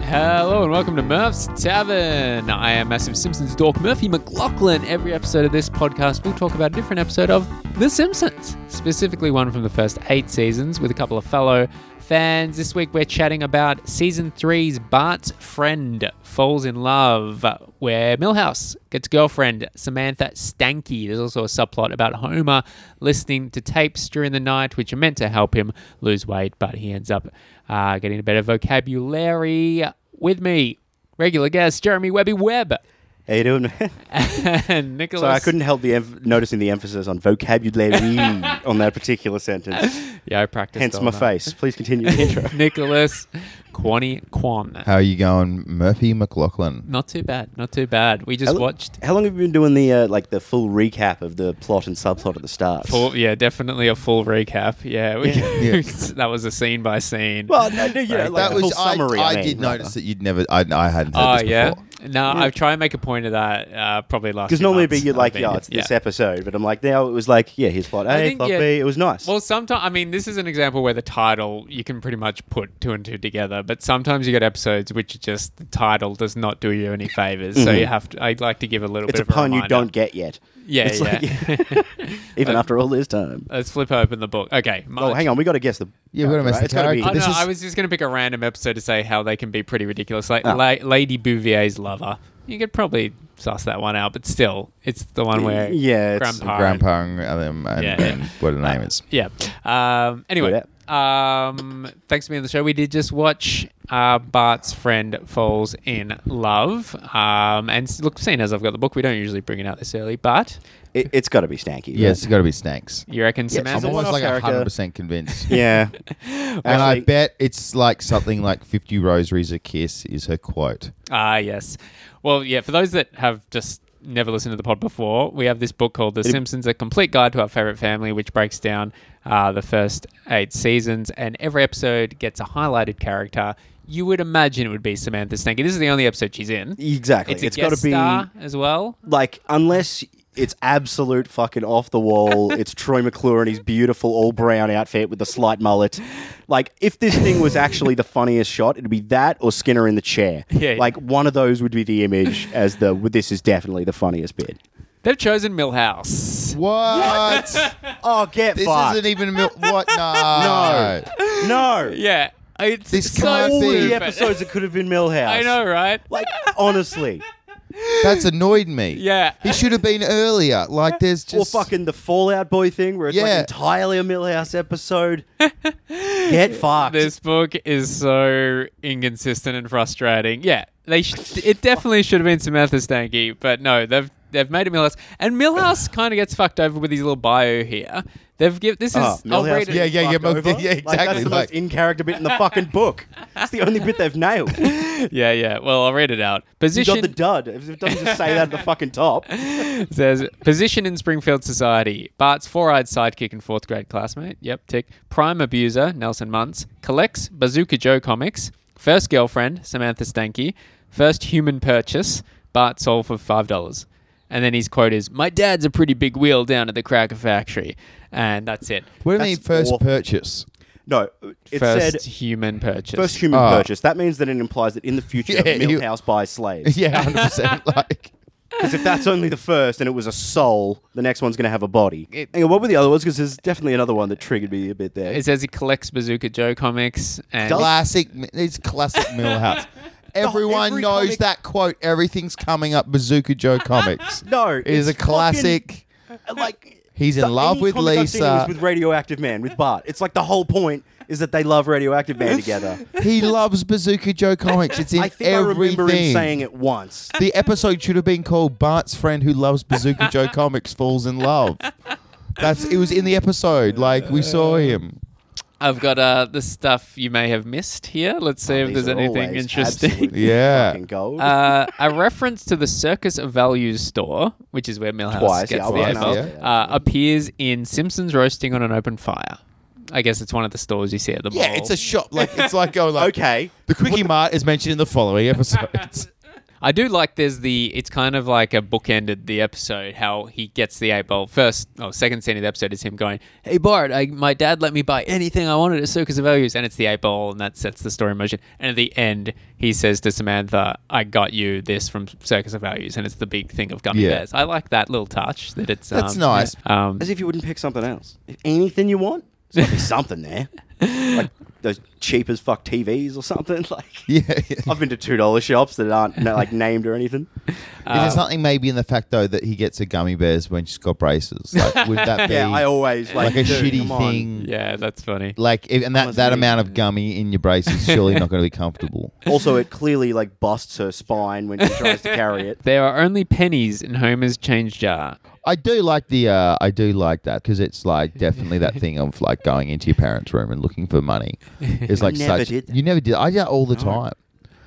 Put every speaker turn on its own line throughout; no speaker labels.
welcome to Murph's Tavern. I am Massive Simpsons dork Murphy McLaughlin. Every episode of this podcast, we'll talk about a different episode of The Simpsons, specifically one from the first eight seasons with a couple of fellow fans. This week, we're chatting about season three's Bart's friend falls in love, where Millhouse gets girlfriend Samantha Stanky. There's also a subplot about Homer listening to tapes during the night, which are meant to help him lose weight, but he ends up uh, getting a better vocabulary. With me, regular guest Jeremy Webby Webb
How you doing, man?
and Nicholas.
Sorry, I couldn't help the emph noticing the emphasis on vocabulary on that particular sentence.
Yeah, I practiced.
Hence
all
my
night.
face. Please continue the intro.
Nicholas Kwani Kwan.
How are you going, Murphy McLaughlin?
Not too bad. Not too bad. We just
Hello.
watched.
How long have you been doing the uh, like the full recap of the plot and subplot at the start?
Full, yeah, definitely a full recap. Yeah, we,
Yeah. Yeah.
that was a scene by scene.
Well, no, no, yeah,
Right,
like
that
a
was-
full summary.
I,
I mean,
did
rather.
notice that you'd never. I, I hadn't heard
oh
this
yeah.
before.
No, I try and make a point of that. Uh, probably last.
Because
few
normally it'd
months
be
I've
like,
been-
yeah, it's
yeah.
this episode, but I'm like, now it was like, yeah, here's plot A,
I think,
plot
yeah.
B. It was nice.
Well, sometimes I mean this is an example where the title you can pretty much put two and two together, but sometimes you get episodes which are just the title does not do you any favors. So you have to. I'd like to give a little
Mm-hmm.
bit
it's a
of a
pun you
reminder.
don't get yet.
Yeah,
It's like-
yeah.
even after all this time.
Let's flip open the book. Okay.
Oh, hang on, we got to guess the.
Yeah, we gotta miss the
It's gotta be-
I,
character.
know,
This is-
I was just going to pick a random episode to say how they can be pretty ridiculous. Like
Ah.
La- Lady Bouvier's lover. You could probably suss that one out, but still, it's the one where
Yeah, it's-
grandpa.
Grandpa and, um, and,
Yeah, yeah.
and what her name is.
yeah. Um, anyway, um, thanks for being on the show. We did just watch uh, Bart's friend falls in love, um, and s- look, seeing as I've got the book, we don't usually bring it out this early, but
It, it's got to be stanky.
Yeah,
right?
it's got to be Snakes.
you reckon
Yeah,
I'm
It's a
Samantha?
almost
one-off
like
character.
hundred percent convinced.
Yeah.
And I
Actually-
bet it's like something like fifty rosaries a kiss is her quote.
Ah, yes. Well, yeah, for those that have just never listened to the pod before, we have this book called The Simpsons, A Complete Guide to Our Favorite Family, which breaks down uh, the first eight seasons, and every episode gets a highlighted character. You would imagine it would be Samantha Stanky. This is the only episode she's in.
Exactly.
It's a
gotta
guest star as well.
like unless it's absolute fucking off the wall. it's Troy McClure in his beautiful all brown outfit with the slight mullet. Like if this thing was actually the funniest shot, it'd be that or Skinner in the chair.
Yeah.
Like one of those would be the image as the this is definitely the funniest bit.
They've chosen Millhouse.
What?
Oh, get
this
fucked.
isn't even mil- what? No. no.
no.
Yeah, it's
This
so
can't
All
be.
stupid.
the episodes that could have been Millhouse.
I know, right?
Like honestly,
That's annoyed me.
Yeah.
He should have been earlier. Like there's
or
just
fucking the Fallout Boy thing where it's
Yeah.
like entirely a Millhouse episode. Get fucked.
This book is so inconsistent and frustrating. Yeah, they sh- it definitely should have been Samantha Stanky, but no, they've they've made it Millhouse, and Millhouse kind of gets fucked over with his little bio here. They've give this is
Uh-huh.
Oh,
I'll
Millhouse
read it.
Yeah, yeah, yeah,
fucked
mo-
over?
yeah, yeah,
Like, that's
exactly,
the
like-
most in character bit in the fucking book. It's the only bit they've nailed. You
yeah, yeah. Well, I'll read it out. Position
got the dud. If It doesn't just say that at the fucking top.
says position in Springfield society. Bart's four-eyed sidekick and fourth grade classmate. Yep, tick. Prime abuser Nelson Muntz collects Bazooka Joe comics. First girlfriend Samantha Stanky. First human purchase Bart sold for five dollars. And then his quote is, "My dad's a pretty big wheel down at the cracker factory," and that's it.
What do you mean
That's
first
awful.
purchase?
No, it
first
said
human purchase.
first human
Ah.
purchase. That means that it implies that in the future,
Yeah, you-
Millhouse buys slaves.
Yeah, hundred percent. Like
Because if that's only the first and it was a soul, the next one's going to have a body. Hang on, what were the other ones? Because there's definitely another one that triggered me a bit there.
it says he collects Bazooka Joe comics and
classic. It's classic Millhouse. Everyone
every
knows
comic-
that quote. Everything's coming up. Bazooka Joe comics.
no,
it is a
it's fucking-
classic.
like
He's in
the-
love
any
with
comic I've seen
Lisa.
was with Radioactive Man with Bart. It's like the whole point is that they love Radioactive Man together.
He loves Bazooka Joe comics. It's in
I think
everything.
I remember him saying it once.
the episode should have been called Bart's friend who loves Bazooka Joe comics falls in love. That's it was in the episode. Like we saw him.
I've got uh, the stuff you may have missed here. Let's see if
Oh, These
there's
are
anything
always
interesting.
absolutely
Yeah.
fucking gold.
uh, a reference to the Circus of Values store, which is where Millhouse
Twice,
gets
yeah,
the
I
apple,
recognize
that.
uh, appears in Simpsons roasting on an open fire. I guess it's one of the stores you see at the
Yeah,
mall.
oh,
it's a shop. Like it's like going like
okay.
The Quickie Mart is mentioned in the following episodes.
I do like there's the it's kind of like a bookended the episode how he gets the eight ball first or second scene of the episode is him going hey Bart I, my dad let me buy anything I wanted at Circus of Values and it's the eight ball and that sets the story in motion and at the end he says to Samantha I got you this from Circus of Values and it's the big thing of gummy
Yeah.
bears I like that little touch that it's
That's
um,
nice.
um,
As if you wouldn't pick something else. If anything you want, there's got to be something there. Like those cheap as fuck TVs or something. Like
Yeah. yeah.
I've been to two dollar shops that aren't no, like named or anything.
uh,
Um,
There's something maybe in the fact though that he gets a gummy bears when she's got braces. Like would that be
Yeah, I always like,
like a
dude,
shitty
come on.
thing?
yeah that's funny
Like if, and that,
Must
that
be.
amount of gummy in your braces surely not going to be comfortable.
Also, it clearly like busts her spine when she tries to carry it.
there are only pennies in Homer's change jar
I do like the uh, I do like that because it's like definitely that thing of like going into your parents' room and looking for money. It's like
never
such
did that.
you never did. I did that all the time.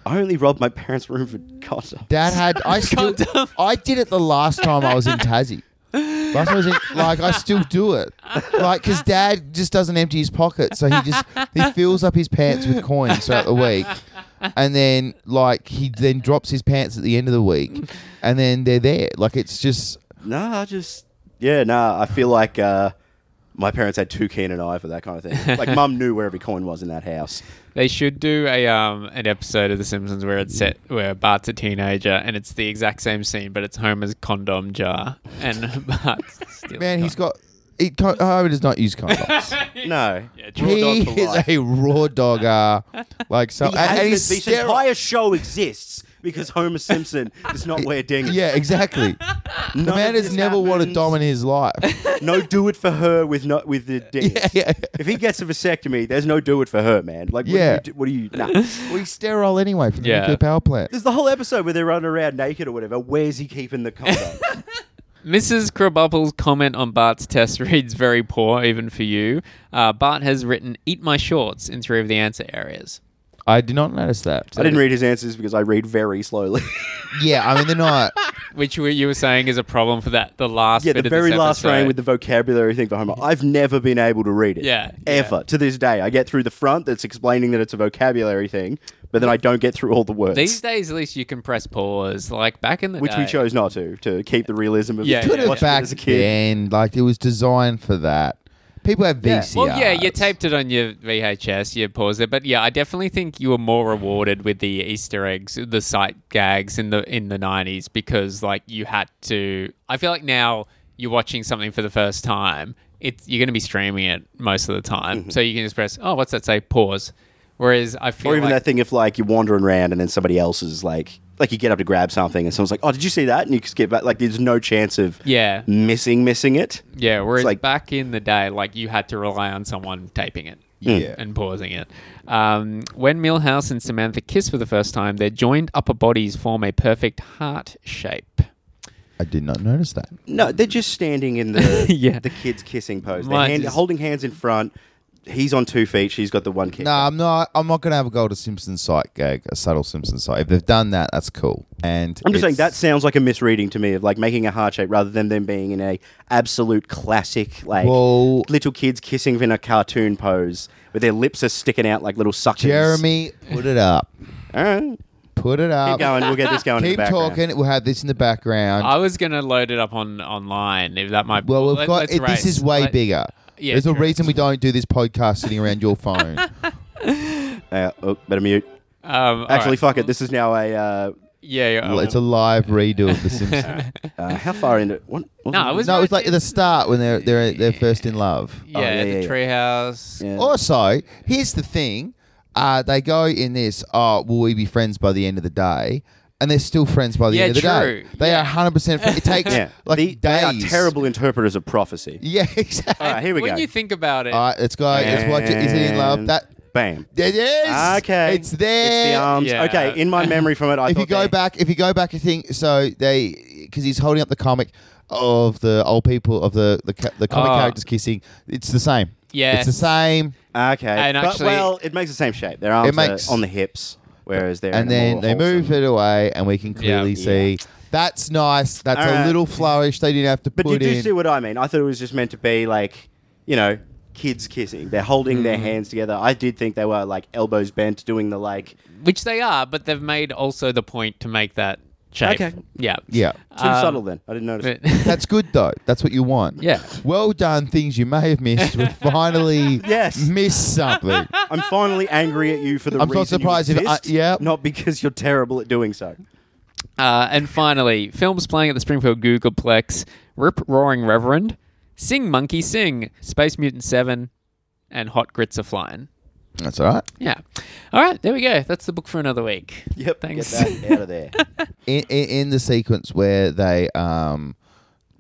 I only robbed my parents' room for condoms.
Dad had I still
Goddamn.
I did it the last time I was in Tassie. Last time I was in, like I still do it, like because Dad just doesn't empty his pockets, so he just he fills up his pants with coins throughout the week, and then like he then drops his pants at the end of the week, and then they're there. Like it's just
Nah, I just yeah, nah. I feel like uh, my parents had too keen an eye for that kind of thing. Like mum knew where every coin was in that house.
They should do a um an episode of The Simpsons where it's set where Bart's a teenager and it's the exact same scene, but it's Homer's condom jar and Bart's still
man, he's got. He, co- Homer does not use condoms.
No,
Yeah, true.
Raw dog
he
for
is
life.
a raw dogger, like so,
He
and, and he's
has this, this
stero-
entire show exists because Homer Simpson does not wear dingers.
Yeah, exactly. the man has never wanted Dom in his life.
No, do it for her with no with the dingers.
yeah, yeah.
If he gets a vasectomy, there's no do it for her, man. Like, what
Yeah.
do you? Do, what do you nah.
We sterile anyway from the
Yeah.
nuclear power plant.
There's the whole episode where they're running around naked or whatever. Where's he keeping the condom?
Mrs. Krabubble's comment on Bart's test reads very poor, even for you. Uh, Bart has written "Eat my shorts" in three of the answer areas.
I did not notice that.
I didn't read his answers because I read very slowly.
Yeah, I mean they're not.
Which we- you were saying is a problem for that the last bit
yeah, the
of this
very last
episode.
frame with the vocabulary thing for Homer. I've never been able to read it.
Yeah,
Ever. To this day. I get through the front that's explaining that it's a vocabulary thing, but then I don't get through all the words.
These days, at least you can press pause. Like back in the
which
day,
we chose not to, to keep the realism of
Yeah,
Could
yeah.
have
watching it
back
as a kid.
then, like it was designed for that. People have
Yeah.
VCRs.
Well, yeah, you taped it on your VHS, you paused it, but yeah, I definitely think you were more rewarded with the Easter eggs, the sight gags in the in the nineties because like you had to. I feel like now you're watching something for the first time. It's you're going to be streaming it most of the time,
Mm-hmm.
so you can just press. Oh, what's that say? Pause. Whereas I feel
Or even
like
that thing if like you're wandering around and then somebody else is like like you get up to grab something and someone's like, Oh, did you see that? And you skip back like there's no chance of
yeah,
missing missing it.
yeah. Whereas
like-
back in the day, like you had to rely on someone taping it.
Hmm.
Yeah.
and pausing it. Um, when Milhouse and Samantha kiss for the first time, their joined upper bodies form a perfect heart shape.
I did not notice that.
No, they're just standing in the
Yeah.
the kids kissing pose. They're
Mine
hand,
just-
holding hands in front. He's on two feet. She's got the one kick.
No, I'm not. I'm not going to have a go at a Simpson sight gag, a subtle Simpson sight. If they've done that, that's cool. And
I'm just saying that
it's-
sounds like a misreading to me of like making a heart shape rather than them being in a absolute classic like
Well-
little kids kissing in a cartoon pose where their lips are sticking out like little suckers.
Jeremy. Put it up.
All right.
Put it
keep
up.
going. We'll get this going. in
Keep
the background.
talking. We'll have this in the background.
I was gonna load it up on online if that might.
Well, we've
Uh, Let-
got
let's
it, this
race.
is way
Let-
bigger.
Yeah,
There's a
true.
reason we don't do this podcast sitting around your phone.
Uh, oh, better mute.
Um,
Actually,
alright.
fuck it. This is now a. Uh,
yeah, yeah. um,
it's a live redo of The Simpsons.
uh, how far into? What, what
No, it was-
no, it was like at the
it's-
start when they're they're they're first in love.
yeah,
oh, yeah,
the
yeah, yeah.
treehouse.
Yeah.
Also, here's the thing: uh, they go in this. Oh, will we be friends by the end of the day? And they're still friends by the
Yeah,
end of the
true.
day. They are 100 percent. It takes
Yeah,
like
The- they are
days.
terrible interpreters of prophecy.
Yeah, exactly.
All right, here we
when
go. Uh,
you think about it,
All right, let's go. Let's watch it. Is it in love?
And
That
Bam.
it is.
Okay.
it's there.
It's the arms.
Yeah.
Okay, in my memory from it, I
if you
thought
go
they-
back, if you go back, I think so. They because he's holding up the comic of the old people of the the, ca- the comic
Oh.
characters kissing. It's the same.
Yeah.
it's the same.
Okay,
And
but,
actually-
well, it makes the same shape. Their arms
It makes-
are on the hips, whereas they're in
And
a
then
more
they move
wholesome-
it away, and we can clearly
Yeah.
see that's nice. That's a
Alright.
little flourish. They didn't have to
But you
put
do
in.
see what I mean. I thought it was just meant to be like, you know, kids kissing. They're holding
Mm.
their hands together. I did think they were like elbows bent, doing the like.
which they are, but they've made also the point to make that shape.
Okay.
Yeah.
Yeah.
Too subtle then. I didn't notice.
Um, But-
That's good though. That's what you want.
yeah.
Well done, things you may have missed. We finally
Yes.
missed something.
I'm finally angry at you for the
I'm not
reason
surprised
you
if I-
exist,
yeah.
not because you're terrible at doing so.
Uh, and finally, films playing at the Springfield Googleplex: Rip Roaring Reverend, Sing Monkey Sing, Space Mutant Seven, and Hot Grits Are Flying.
That's all right.
Yeah. All right, there we go. That's the book for another week.
Yep,
Thanks.
get that out of there.
In, in, in the sequence where they um,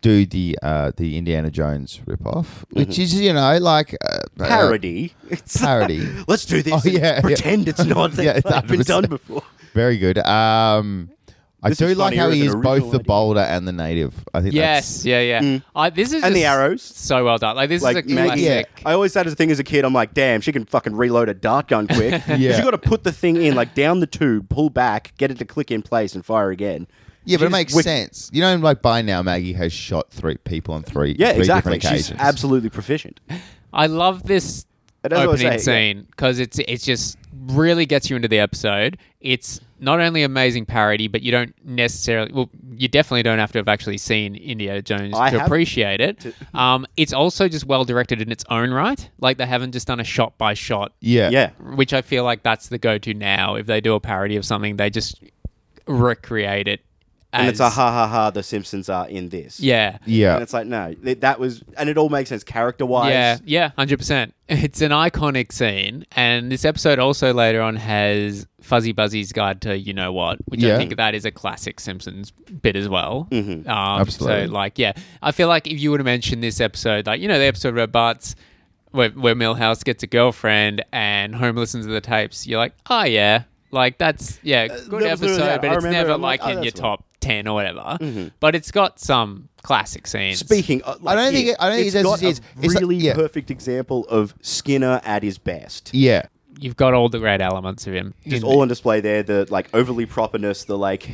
do the uh, the Indiana Jones ripoff, which is you know like uh, uh,
Mm-hmm. Parody. It's
parody.
Let's do this.
Oh,
and
yeah, yeah.
pretend it's not that
Yeah, it's
it's been done
100%.
before.
Very good. Um, I
This
do
is
like
funnier
how he
than
is
original
both the
idea.
boulder and the native. I think
Yes, yeah, yeah. I, this is
Mm. And the
just
arrows.
So well done. Like this
Like
is a
Maggie-
classic.
yeah.
I always had a thing as a kid. I'm like, damn, she can fucking reload a dart gun quick. Because
Yeah.
you got to put the thing in, like down the tube, pull back, get it to click in place, and fire again.
Yeah, but
She's
it makes
wicked.
sense. You know, like by now, Maggie has shot three people on three,
Yeah,
three
exactly.
different
She's
occasions.
absolutely proficient.
I love this
And as I was
opening
saying,
scene because it's it's just really gets you into the episode. It's not only amazing parody, but you don't necessarily well, you definitely don't have to have actually seen Indiana Jones
I
to
have
appreciate it. um, it's also just well directed in its own right. Like they haven't just done a shot by shot,
Yeah.
Yeah.
which I feel like that's the go to now. If they do a parody of something, they just recreate it. As,
And it's a ha ha ha, the Simpsons are in this.
Yeah.
Yeah.
And it's like, no, th- that was, and it all makes sense character wise.
Yeah, yeah, hundred percent. It's an iconic scene, and this episode also later on has Fuzzy Buzzy's Guide to You Know What, which I
Yeah.
think that is a classic Simpsons bit as well. Mm-hmm. Um,
Absolutely.
So, like, yeah, I feel like if you would have mentioned this episode, like you know the episode where Bart's. Where, where Milhouse gets a girlfriend and Home listens to the tapes, you're like, oh yeah, like that's yeah, good
that was literally
episode,
that.
but
I
it's
remember,
never
I'm
like
like, oh,
in your
that's Mm-hmm. one.
top ten or whatever. But it's got some classic scenes.
Speaking, of, like,
I don't think
it-
it- I don't think
it's
it does
got
this-
a
it's like-
really
yeah.
perfect example of Skinner at his best.
Yeah.
You've got all the great elements of him.
Just
in
all on display there. The like overly properness, the like,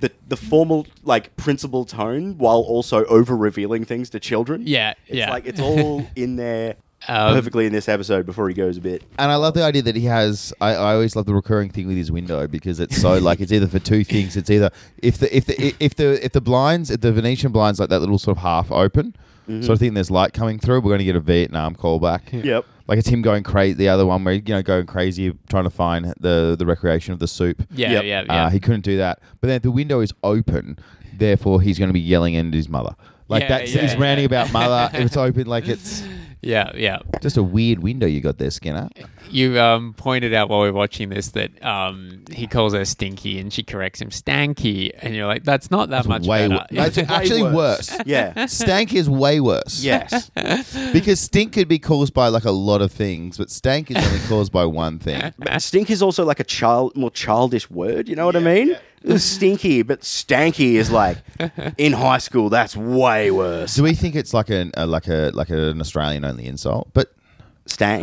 the the formal like principal tone, while also over revealing things to children.
Yeah,
it's
yeah.
Like it's all in there
Um,
perfectly in this episode before he goes a bit.
And I love the idea that he has. I, I always love the recurring thing with his window because it's so like it's either for two things. It's either if the if the if the if the blinds if the Venetian blinds like that little sort of half open sort of thing. There's light coming through. We're going to get a Vietnam callback.
Mm-hmm. Yep.
Like it's him going crazy. The other one where you know going crazy trying to find the the recreation of the soup.
Yeah,
Yep.
yeah, yeah.
Uh, he couldn't do that. But then if the window is open, therefore he's going to be yelling at his mother. Like
Yeah,
that's
yeah,
he's
yeah.
ranting about mother. if it's open, like it's
yeah, yeah.
just a weird window you got there, Skinner.
You um, pointed out while we were watching this that um, he calls her stinky and she corrects him stanky, and you're like, that's not that much
way
better.
wo- that's
Way
actually worse.
Yeah.
Stank is way worse.
yes.
Because stink could be caused by like a lot of things, but stank is only caused by one thing.
But stink is also like a child, more childish word. You know what I mean? It was Stinky, but stanky is like in high school. That's way worse.
Do we think it's like an a, like a like an Australian only insult? But
Stank,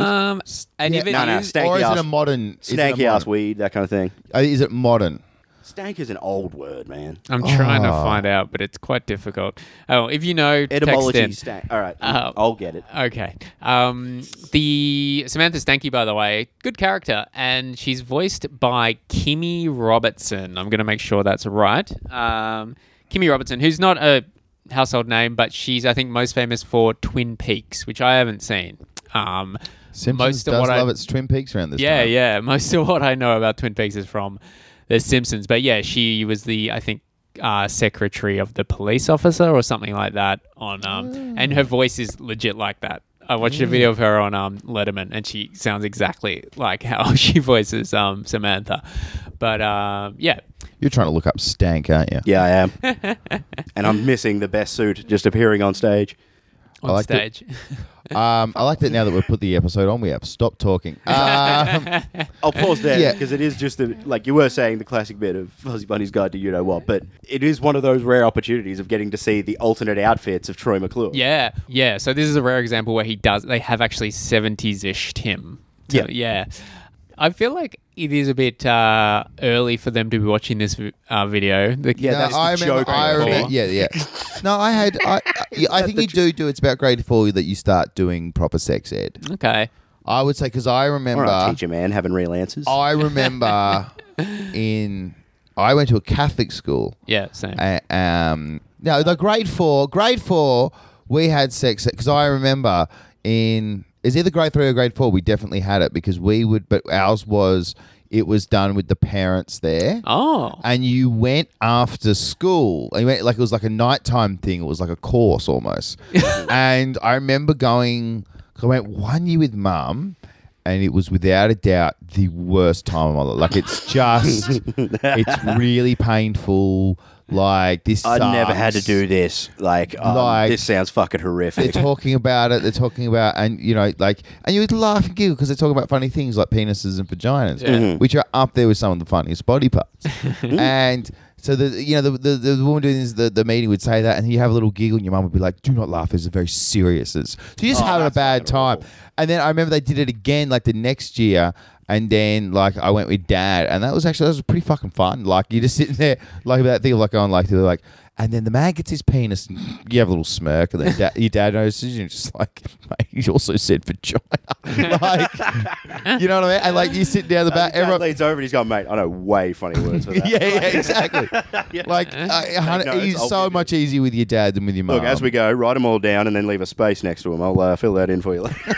um, and
Yeah,
if it
no, no,
is-
stank- Stanky
or is it a
ass-
modern is it a
stanky ass
modern-
weed, that kind of thing.
uh, Is it modern?
Stank is an old word, man.
I'm trying to
Oh.
find out, but it's quite difficult. Oh, if you know,
Etymology,
text in.
stank. All right,
Oh.
I'll get it.
Okay. Um, the Samantha Stanky, by the way, good character, and she's voiced by Kimmy Robertson. I'm going to make sure that's right. Um, Kimmy Robertson, who's not a household name, but she's I think most famous for Twin Peaks, which I haven't seen. Um,
Simpsons
most of
does
what I
love its Twin Peaks around this
yeah,
time.
yeah. Most of what I know about Twin Peaks is from The Simpsons. But yeah, she was the I think uh, secretary of the police officer or something like that. On um, and her voice is legit like that. I watched a video of her on um, Letterman, and she sounds exactly like how she voices um, Samantha. But um, yeah,
You're trying to look up stank, aren't you?
Yeah, I am. and I'm missing the best suit just appearing on stage.
on
like that-
stage.
Um, I like that now that we've put the episode on, we have stopped talking. Um,
I'll pause there
Yeah.
because it is just the, like you were saying the classic bit of Fuzzy Bunny's Guide to You Know What, but it is one of those rare opportunities of getting to see the alternate outfits of Troy McClure.
Yeah, yeah. So this is a rare example where he does. They have actually seventies ished him. So,
Yeah.
yeah. I feel like it is a bit uh, early for them to be watching this vi- uh, video. The-
Yeah,
No,
that's the
I
joke
remember, I
before.
remember, yeah, yeah. No, I had. I, I, I think you do do. It's about grade four that you start doing proper sex ed.
Okay.
I would say because I
All
remember.
right, teacher man, having real answers.
I remember in I went to a Catholic school.
Yeah, same.
Uh, um, no, the grade four, grade four, we had sex because I remember in is either grade three or grade four. We definitely had it because we would, but ours was it was done with the parents there.
Oh,
And you went after school. And you went like it was like a nighttime thing. It was like a course almost. and I remember going. 'cause I went one year with mum, and it was without a doubt the worst time of my life. Like it's just, it's really painful. Like this.
I never had to
sucks.
do this. Like, um,
Like-
this sounds fucking horrific.
They're talking about it. They're talking about, and you know, like, and you would laugh and giggle because they're talking about funny things like penises and vaginas,
Yeah. Mhm.
which are up there with some of the funniest body parts. and so the you know the the, the woman doing this, the the meeting would say that, and you have a little giggle, and your mum would be like, "Do not laugh. It's a very serious." It's, so you're just having a bad time. And then I remember they did it again, like the next year. And then, like, I went with dad, and that was actually that was pretty fucking fun. Like, you're just sitting there, like, with that thing of like going, like, they're like, and then the man gets his penis, and you have a little smirk, and then da- your dad notices, and you're just like, mate, he also said vagina. like, you know what I mean? And like, you sit down the back,
Everyone
everyone,
leads over and he's going, mate, I know way funny words for that.
yeah, yeah, exactly. Like, I, honey,
no, it's-
it's
I'll
so
give you-
much easier with your dad than with your mum.
Look, as we go, write them all down and then leave a space next to them. I'll uh, fill that in for you later.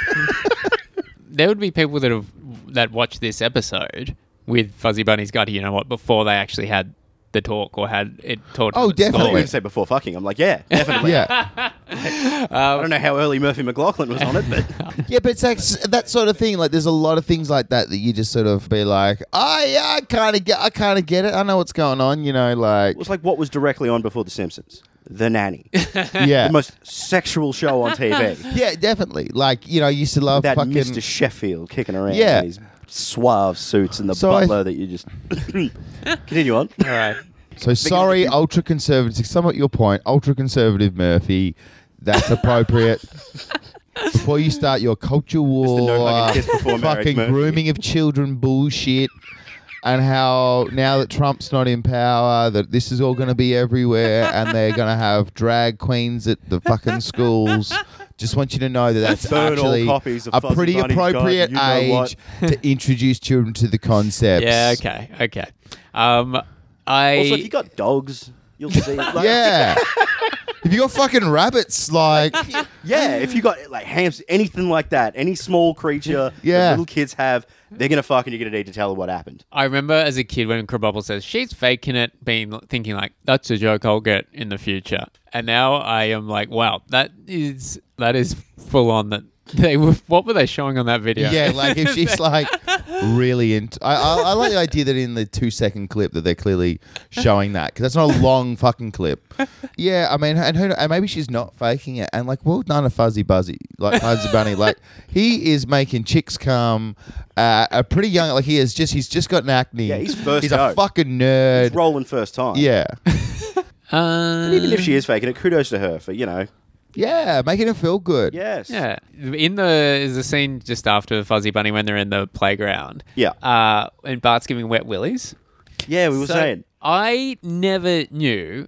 there would be people that have that watched this episode with Fuzzy Bunny's Guide to You Know What before they actually had the talk or had it taught. to them at school.
Oh,
I thought
definitely.
you said before fucking. I'm like, yeah, definitely.
yeah,
I don't know how early Murphy McLaughlin was on it, but
yeah, but it's like s- that sort of thing. Like, there's a lot of things like that that you just sort of be like, oh yeah, I kind of get, I kind of get it. I know what's going on. You know, like,
it was like what was directly on before The Simpsons. The Nanny,
yeah,
the most sexual show on TV.
yeah, definitely. Like, you know, I used to love
that
fucking.
Mr. Sheffield kicking around
Yeah.
in his suave suits and the
So I-
butler that you just continue on.
All right.
So sorry, ultra conservative. To sum up your point, ultra conservative Murphy, that's appropriate. Before you start your culture war,
no hug and kiss before marriage,
fucking
Murphy.
grooming of children bullshit, and how now that Trump's not in power, that this is all going to be everywhere, and they're going to have drag queens at the fucking schools. Just want you to know that that's
Burn all
actually
copies of
a
Fuzzy
pretty
Bunny's Guide to
appropriate
You Know What.
age to introduce children to the concepts.
Yeah. Okay. Okay. Um, I
Also, if you got dogs, you'll see. Like,
Yeah. if you got fucking rabbits, like
yeah. If you got like hams, anything like that, any small creature,
Yeah.
that little kids have, they're gonna fuck, and you're gonna need to tell them what happened.
I remember as a kid when Krabappel says she's faking it, being thinking like that's a joke I'll get in the future, and now I am like, wow, that is that is full on that. They were, what were they showing on that video?
yeah, like if she's like really into, I, I, I like the idea that in the two second clip that they're clearly showing that because that's not a long fucking clip. Yeah, I mean, and who, and maybe she's not faking it. And like, well done, a fuzzy buzzy, like fuzzy bunny, like he is making chicks come. Uh, a pretty young, like he is just he's just got an acne.
Yeah, he's first
He's a
go.
fucking
It's
nerd.
rolling first time.
yeah,
Uh,
Even if she is faking it, kudos to her for you know.
yeah, making him feel good.
Yes.
Yeah, in the is the scene just after Fuzzy Bunny when they're in the playground.
Yeah.
uh, and Bart's giving wet willies.
Yeah, we were
So,
saying.
I never knew.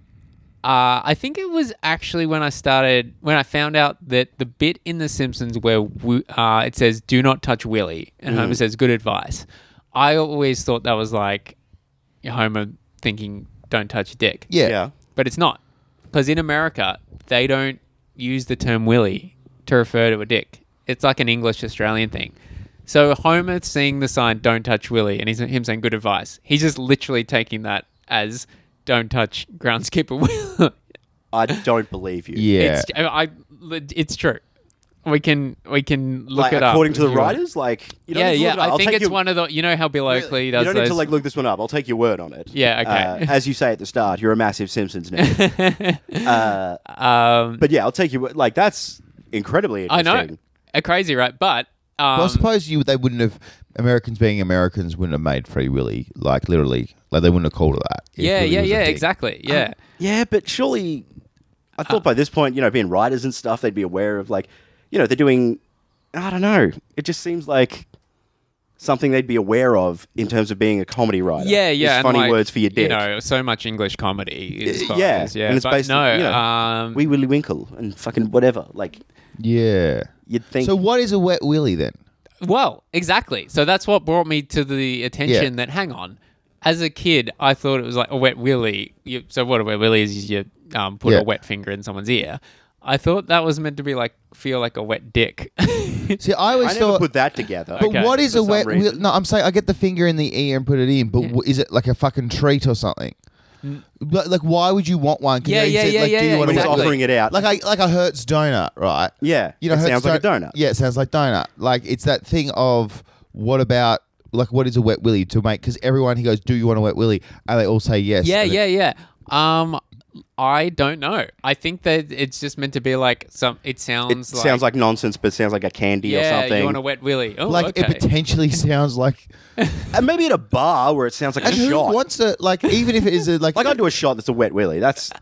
Uh, I think it was actually when I started when I found out that the bit in The Simpsons where Wo- uh, it says "Do not touch Willy" and
Mm.
Homer says "Good advice." I always thought that was like Homer thinking "Don't touch your dick,"
Yeah.
Yeah.
but it's not because in America they don't use the term Willy to refer to a dick. It's like an English Australian thing. So Homer seeing the sign "Don't touch Willy" and he's him saying "Good advice." He's just literally taking that as "Don't touch groundskeeper Willy."
I don't believe you.
Yeah.
It's I, I- it's true. We can we can look
Like
it up.
according to the
if you want.
writers, like you don't
Yeah,
need to
yeah.
look it up.
I
I'll
think
take
it's
your-
one of the. You know how Bill Oakley does
You don't need to
those-
like look this one up. I'll take your word on it.
Yeah, okay.
Uh, as you say at the start, you're a massive Simpsons nerd. uh,
um,
but yeah, I'll take your word. Like that's incredibly
I
interesting.
know, uh, crazy, right? But um,
Well, I suppose you they wouldn't have Americans being Americans wouldn't have made Free Willy like literally like they wouldn't have called it that. if
yeah,
Willy
yeah,
was a
yeah,
thing.
exactly, yeah.
Um,
Uh.
Yeah, but surely, I thought by this point, you know, being writers and stuff, they'd be aware of like, you know, they're doing. I don't know. It just seems like something they'd be aware of in terms of being a comedy writer.
Yeah, yeah.
It's
and
funny
like,
words for your dick.
You know, so much English comedy. Is
Uh, yeah,
yeah.
and it's
but
based
no,
on, you know,
um,
Wee Willie Winkle and fucking whatever. Like
Yeah.
you'd think.
So what is a wet willy then?
well, exactly. So that's what brought me to the attention
Yeah.
that hang on, as a kid, I thought it was like a wet willy. You, so what a wet willy is, is you um, put
Yeah.
a wet finger in someone's ear. I thought that was meant to be like feel like a wet dick.
See, I always
I never
thought.
put that together.
but
Okay,
what is
for
a
some
wet? Wheel?
reason.
No, I'm saying I get the finger in the ear and put it in, but wh- is it like a fucking treat or something? Like, like, why would you want one? 'Cause, you
Yeah,
know, you
yeah,
said,
yeah,
like,
yeah,
do you
yeah,
want
When
a wet-
exactly.
he's offering it out,
Like, I, like a Hertz donut, right?
yeah,
You know,
it
Hertz
sounds like a donut.
Yeah, it sounds like donut. Like it's that thing of what about like what is a wet willy to make? Because everyone he goes, do you want a wet willy? And they all say yes.
yeah,
And it-
yeah, yeah. Um, I don't know. I think that it's just meant to be like some. It
It
sounds. like,
sounds like nonsense, but it sounds like a candy or
yeah,
something.
you want a wet willy? Oh,
Like
okay.
it potentially sounds like.
and maybe at a bar where it sounds like
And
a
who
shot.
wants a like? Even if it is a like,
like I do a shot that's a wet willy. That's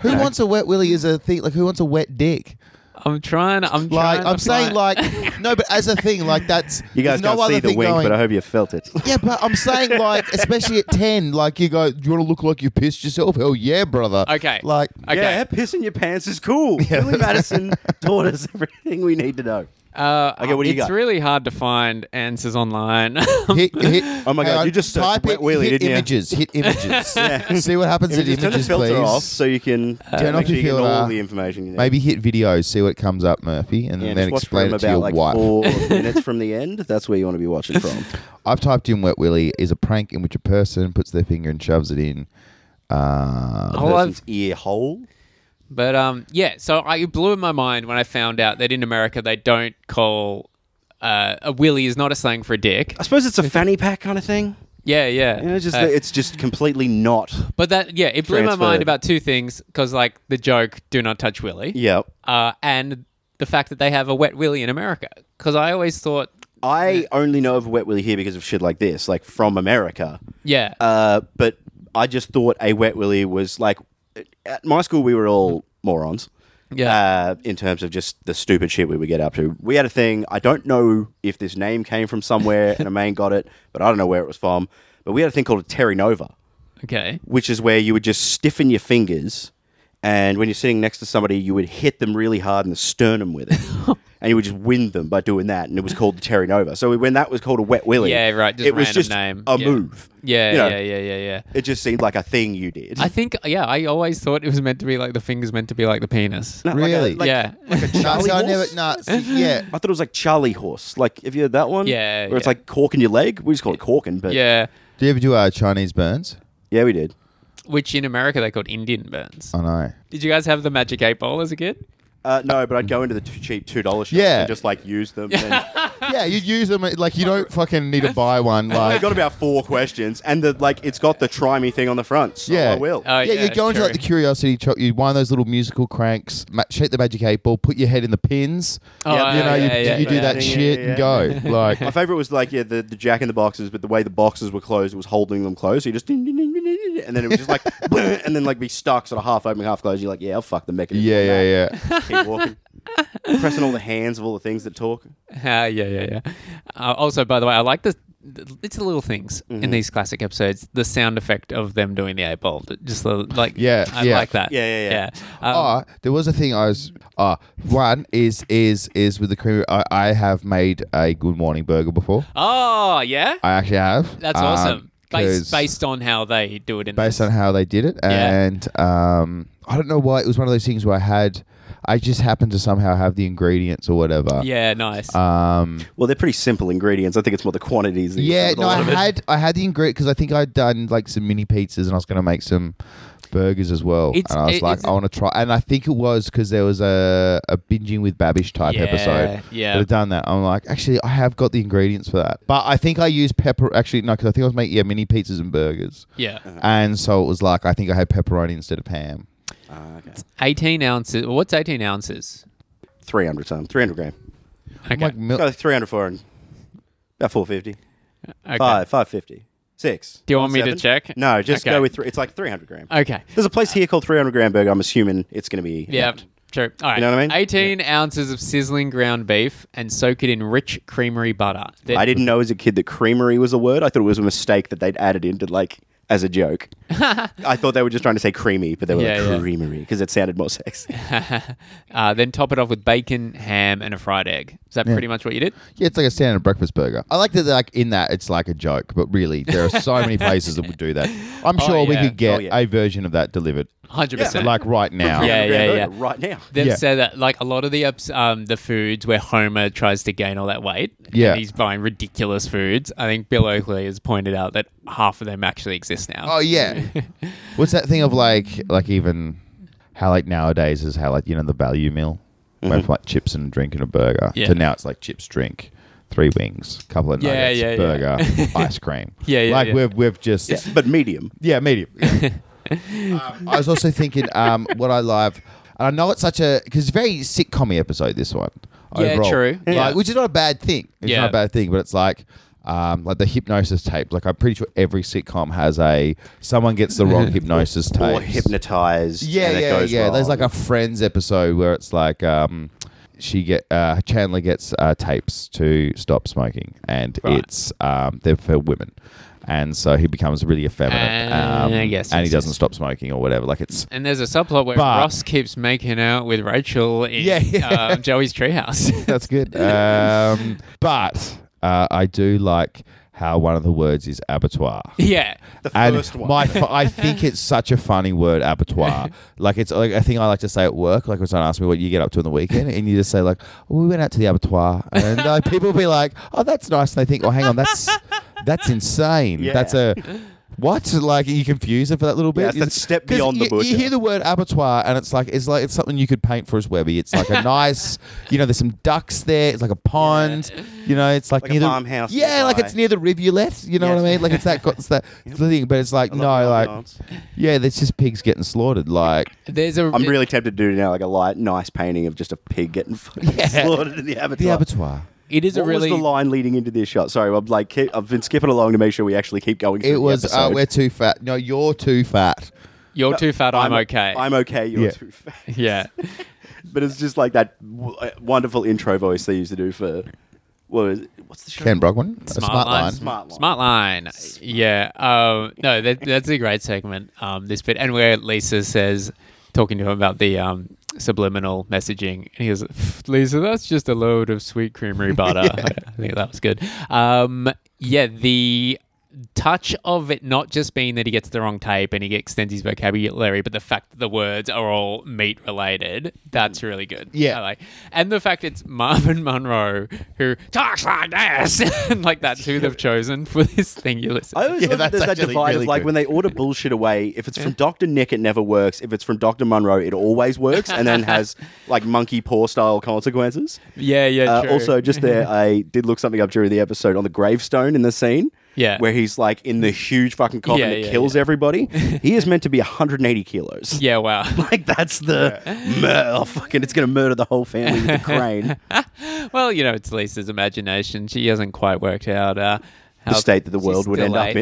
who wants a wet willy is a thing. Like who wants a wet dick?
I'm trying. I'm trying.
Like I'm saying,
trying.
like no, but as a thing, like that's
you guys
there's no
can't see
other
the
thing
wink,
going.
but I hope you felt it.
yeah, but I'm saying like, especially at ten, like you go, do you want to look like you pissed yourself? Hell yeah, brother.
Okay.
Like
Okay.
Yeah, pissing your pants is cool. Billy Madison taught us everything we need to know.
Uh,
Okay, what do you
it's
got?
really hard to find answers online.
hit, hit,
Oh my God,
hang on.
you just searched
uh, type
wet
it,
wheelie,
hit
didn't you?
images, hit images. See what happens
If
at
you just turn the
images,
filter
please.
off so you can uh,
Turn
make
off
sure
your
you get all
filter.
the information you need.
Maybe hit videos, see what comes up, Murphy, and
yeah,
then
just watch
explain
from
it to
about
your
like
wife.
four minutes from the end. That's where you want to be watching from.
I've typed in "wet willy" is a prank in which a person puts their finger and shoves it in. Uh,
Oh, I've-
Person's ear hole.
But um, yeah, so I, it blew my mind when I found out that in America they don't call uh, a willy is not a slang for a dick.
I suppose it's a fanny pack kind of thing.
Yeah, yeah.
You know, just
Uh,
that it's just completely not.
but that yeah, it blew my mind
Transferred.
about two things because like the joke "Do not touch willy,"
Yeah.
uh, and the fact that they have a wet willy in America. Because I always thought,
I only know of Wet Willy here because of shit like this, like from America.
yeah,
Uh, but I just thought a wet willy was like at my school we were all morons.
Yeah.
Uh, in terms of just the stupid shit we would get up to. We had a thing, I don't know if this name came from somewhere and a man got it, but I don't know where it was from. But we had a thing called a Terry Nova,
okay,
which is where you would just stiffen your fingers and when you're sitting next to somebody you would hit them really hard in the sternum with it. And you would just win them by doing that, and it was called the Terry Nova. So when that was called a wet willy,
Yeah, right, just
it was
random
just
name.
a
Yeah.
move.
yeah,
You know,
yeah, yeah, yeah, yeah.
it just seemed like a thing you did.
I think yeah, I always thought it was meant to be like the fingers meant to be like the penis.
No, like a-
Really?
like-
yeah,
no,
Charlie
see, I
horse?
never. No, see, yeah.
I thought it was like Charlie horse. Like, have you heard that one?
Yeah,
Where it's
yeah.
like corking your leg. We just call it corking, but yeah,
yeah.
Do you ever do uh, Chinese burns?
yeah we did.
Which in America they called Indian burns.
I know.
Did you guys have the magic eight ball as a kid?
Uh, no, but I'd go into the t- cheap two dollar shops
Yeah.
and just like use them. And
Yeah, you use them uh, like you don't fucking need to buy one.
I
Like
got about four questions, and the like, it's got the try me thing on the front. So
Yeah.
I will.
Oh,
yeah,
yeah,
you go into like
true.
the curiosity shop. You wind those little musical cranks, ma- shake the magic eight ball, put your head in the pins.
Oh,
Yeah,
you know, you,
yeah, yeah,
you do
yeah.
that
Yeah,
shit
yeah,
and go. Like,
My favorite was like yeah the, the jack in the boxes, but the way the boxes were closed, it was holding them closed. So you just ding, ding, ding, ding, ding, ding, and then it was just like and then like be stuck sort of half open, half closed. You're like yeah, I'll fuck the mechanism.
yeah,
on that.
yeah, yeah.
Keep walking, pressing all the hands of all the things that talk.
Ah, yeah, yeah, yeah. Uh, also, by the way, I like the the- it's the little things
Mm-hmm.
in these classic episodes. The sound effect of them doing the eight ball, just the, like
Yeah,
I
yeah.
like that.
Yeah, yeah, yeah.
Um,
Ah, there was a thing I was. Ah, one is is is with the cream. I, I have made a good morning burger before.
oh, yeah,
I actually have.
that's
um,
awesome. Based
'cause-
based on how they do it in
based
this.
on how they did it,
Yeah.
and um, I don't know why it was one of those things where I had, I just happened to somehow have the ingredients or whatever.
yeah, nice.
Um,
Well, they're pretty simple ingredients. I think it's more the quantities. that you
Yeah,
put with a
no,
lot
I
of it.
had I had the ingredient because I think I'd done like some mini pizzas and I was going to make some burgers as well.
It's-
and I was
it-
like,
it's-
I want to try, and I think it was because there was a, a binging with Babish type
Yeah,
episode.
yeah.
that had done that. I'm like, actually, I have got the ingredients for that, but I think I used pepper. Actually, no, because I think I was making yeah mini pizzas and burgers,
yeah,
Uh-huh.
and so it was like I think I had pepperoni instead of ham.
Ah, okay.
eighteen ounces. well, What's eighteen ounces?
300 times, 300 gram.
Okay,
I'm like, mil-
Got 300 for and about 450.
okay.
Five, 550. Six.
Do you want me to
seven.
check?
No, just
Okay.
go with three. It's like 300 gram.
Okay.
There's a place here called 300 gram burger. I'm assuming it's going to be.
Yeah. True. All right.
know what I mean?
18 ounces of sizzling ground beef and soak it in rich creamery butter. That-
I didn't know as a kid that creamery was a word. I thought it was a mistake that they'd added into like as a joke. I thought they were just trying to say creamy, but they were
Yeah, yeah.
like creamery because it sounded more sexy.
uh, then top it off with bacon, ham and a fried egg. Is that
Yeah.
pretty much what you did?
Yeah, it's like a standard breakfast burger. I like that. Like in that, it's like a joke, but really, there are so many places that would do that. I'm
Oh,
sure we
yeah.
could get
Oh, yeah.
a version of that delivered,
Hundred percent.
like right now.
Yeah, yeah,
Grand
yeah.
burger Right now.
They've
Yeah.
said that like a lot of the ups, um, the foods where Homer tries to gain all that weight,
Yeah.
and he's buying ridiculous foods. I think Bill Oakley has pointed out that half of them actually exist now.
Oh yeah. What's that thing of like, like even how like nowadays is how like you know the value meal, went from like chips and a drink and a burger
Yeah.
to now it's like chips, drink, three wings, couple of
Yeah,
nuggets,
yeah, yeah.
burger, ice cream.
Yeah, yeah,
Like
yeah.
we've we've just
It's, But medium.
Yeah, medium. um, I was also thinking um, what I love, and I know it's such a because it's a very sitcom episode. This one,
Yeah,
overall.
true.
Like,
Yeah.
which is not a bad thing. It's
Yeah.
not a bad thing, but it's like. Um, like the hypnosis tape. Like I'm pretty sure every sitcom has a someone gets the wrong hypnosis tape.
Or hypnotized.
Yeah,
and it
yeah,
goes
yeah. There's
wrong.
like a Friends episode where it's like um, she get uh, Chandler gets uh, tapes to stop smoking, and
Right.
it's um, they're for women, and so he becomes really effeminate,
Ah,
um,
yes,
and
yes,
he doesn't
yes.
stop smoking or whatever. Like it's
And there's a subplot where
But-
Ross keeps making out with Rachel in
Yeah, yeah.
Um, Joey's treehouse.
that's good, um, but uh, I do like how one of the words is abattoir.
yeah.
The
and
first one.
my, fu- I think it's such a funny word, abattoir. like it's like a thing I like to say at work. Like when someone asks me what you get up to on the weekend, and you just say like, oh, "We went out to the abattoir," and like people be like, "Oh, that's nice," and they think, "Oh, hang on, that's that's insane.
Yeah.
That's a." What? Like you confuse it for that little bit?
Yeah, it's that step
'cause
beyond the
you,
butcher.
You hear the word abattoir, and it's like it's like it's something you could paint for as Webby. It's like a nice, you know, there's some ducks there. It's like a pond. You know, it's like,
Like a
near the-
farmhouse
Yeah, like
nearby.
it's near the rivulet. You know
Yes.
what I mean? Like it's that got it's that it's the thing. But it's like
I
no,
love
like
Lance.
yeah, that's just pigs getting slaughtered. Like
There's a.
I'm really tempted to do now like a light, nice painting of just a pig getting fucking slaughtered in the abattoir.
the abattoir.
It is
What
a really.
was the line leading into this shot? Sorry, I'm like keep, I've been skipping along to make sure we actually keep going. through
It
the
was uh,
episode.
we're too fat. No, you're too fat.
You're too fat. I'm, okay.
I'm okay. You're
Yeah.
too fat.
yeah.
But it's just like that w- uh, wonderful intro voice they used to do for what was it? what's the show?
Ken Brogman, a
Smart
smart
line.
line.
Smart line.
Smart line. Yeah. Um, no, that, that's a great segment. Um, this bit, and where Lisa says, talking to him about the um, subliminal messaging, and he goes, "Pff, "Lisa, that's just a load of sweet creamery butter." I think that was good. Um, yeah, the touch of it not just being that he gets the wrong tape and he extends his vocabulary, but the fact that the words are all meat related. That's really good.
Yeah.
I like. And the fact it's Marvin Monroe who talks like this, and like that's who they've chosen for this thing you listen.
I always
Yeah,
love that
that's
there's that
actually
divide
really
of like
good.
when they order bullshit away. If it's from Doctor Nick, it never works. If it's from Doctor Monroe, it always works, and then has like monkey paw style consequences.
yeah, yeah.
Uh,
true.
also, just there, I did look something up during the episode on the gravestone in the scene.
Yeah.
Where he's like in the huge fucking coffin
Yeah,
that
yeah,
kills everybody. He is meant to be 180 kilos.
yeah, wow.
Like, that's the. mur- oh, fucking, it's going to murder the whole family with the crane.
well, you know, it's Lisa's imagination. She hasn't quite worked out uh, how
The state that the
she's
world would
still
end up
eight.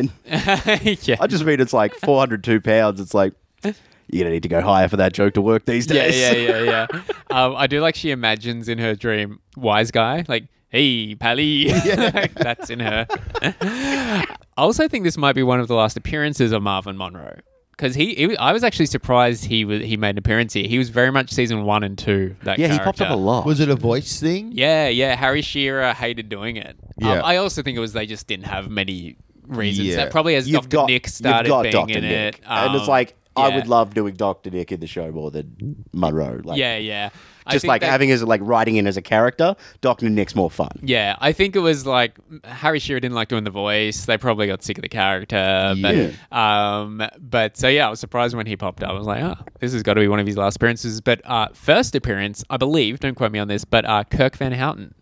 in.
yeah.
I just mean it's like 402 pounds. It's like, you're going to need to go higher for that joke to work these
yeah,
days.
yeah, yeah, yeah. um, I do like she imagines in her dream wise guy, like, hey, Pally. Like, that's in her. I also think this might be one of the last appearances of Marvin Monroe. Because he, he, I was actually surprised he was, he made an appearance here. He was very much season one and two. That
Yeah, he popped up
character.
a lot.
Was it a voice thing?
Yeah, yeah. Harry Shearer hated doing it.
Yeah.
Um, I also think it was they just didn't have many reasons.
Yeah.
That probably has Dr.
You've got,
Nick started
you've got
being
Dr.
in
Nick.
it.
and it's
Um,
like, I
yeah.
would love doing Dr. Nick in the show more than Monroe. Like,
Yeah, yeah. I
Just
think
like
that-
having his like writing in as a character, Doctor Nick's more fun.
Yeah, I think it was like Harry Shearer didn't like doing the voice. They probably got sick of the character. But, um, but so yeah, I was surprised when he popped up. I was like, oh, this has got to be one of his last appearances. But uh, first appearance, I believe, don't quote me on this, but uh, Kirk Van Houten,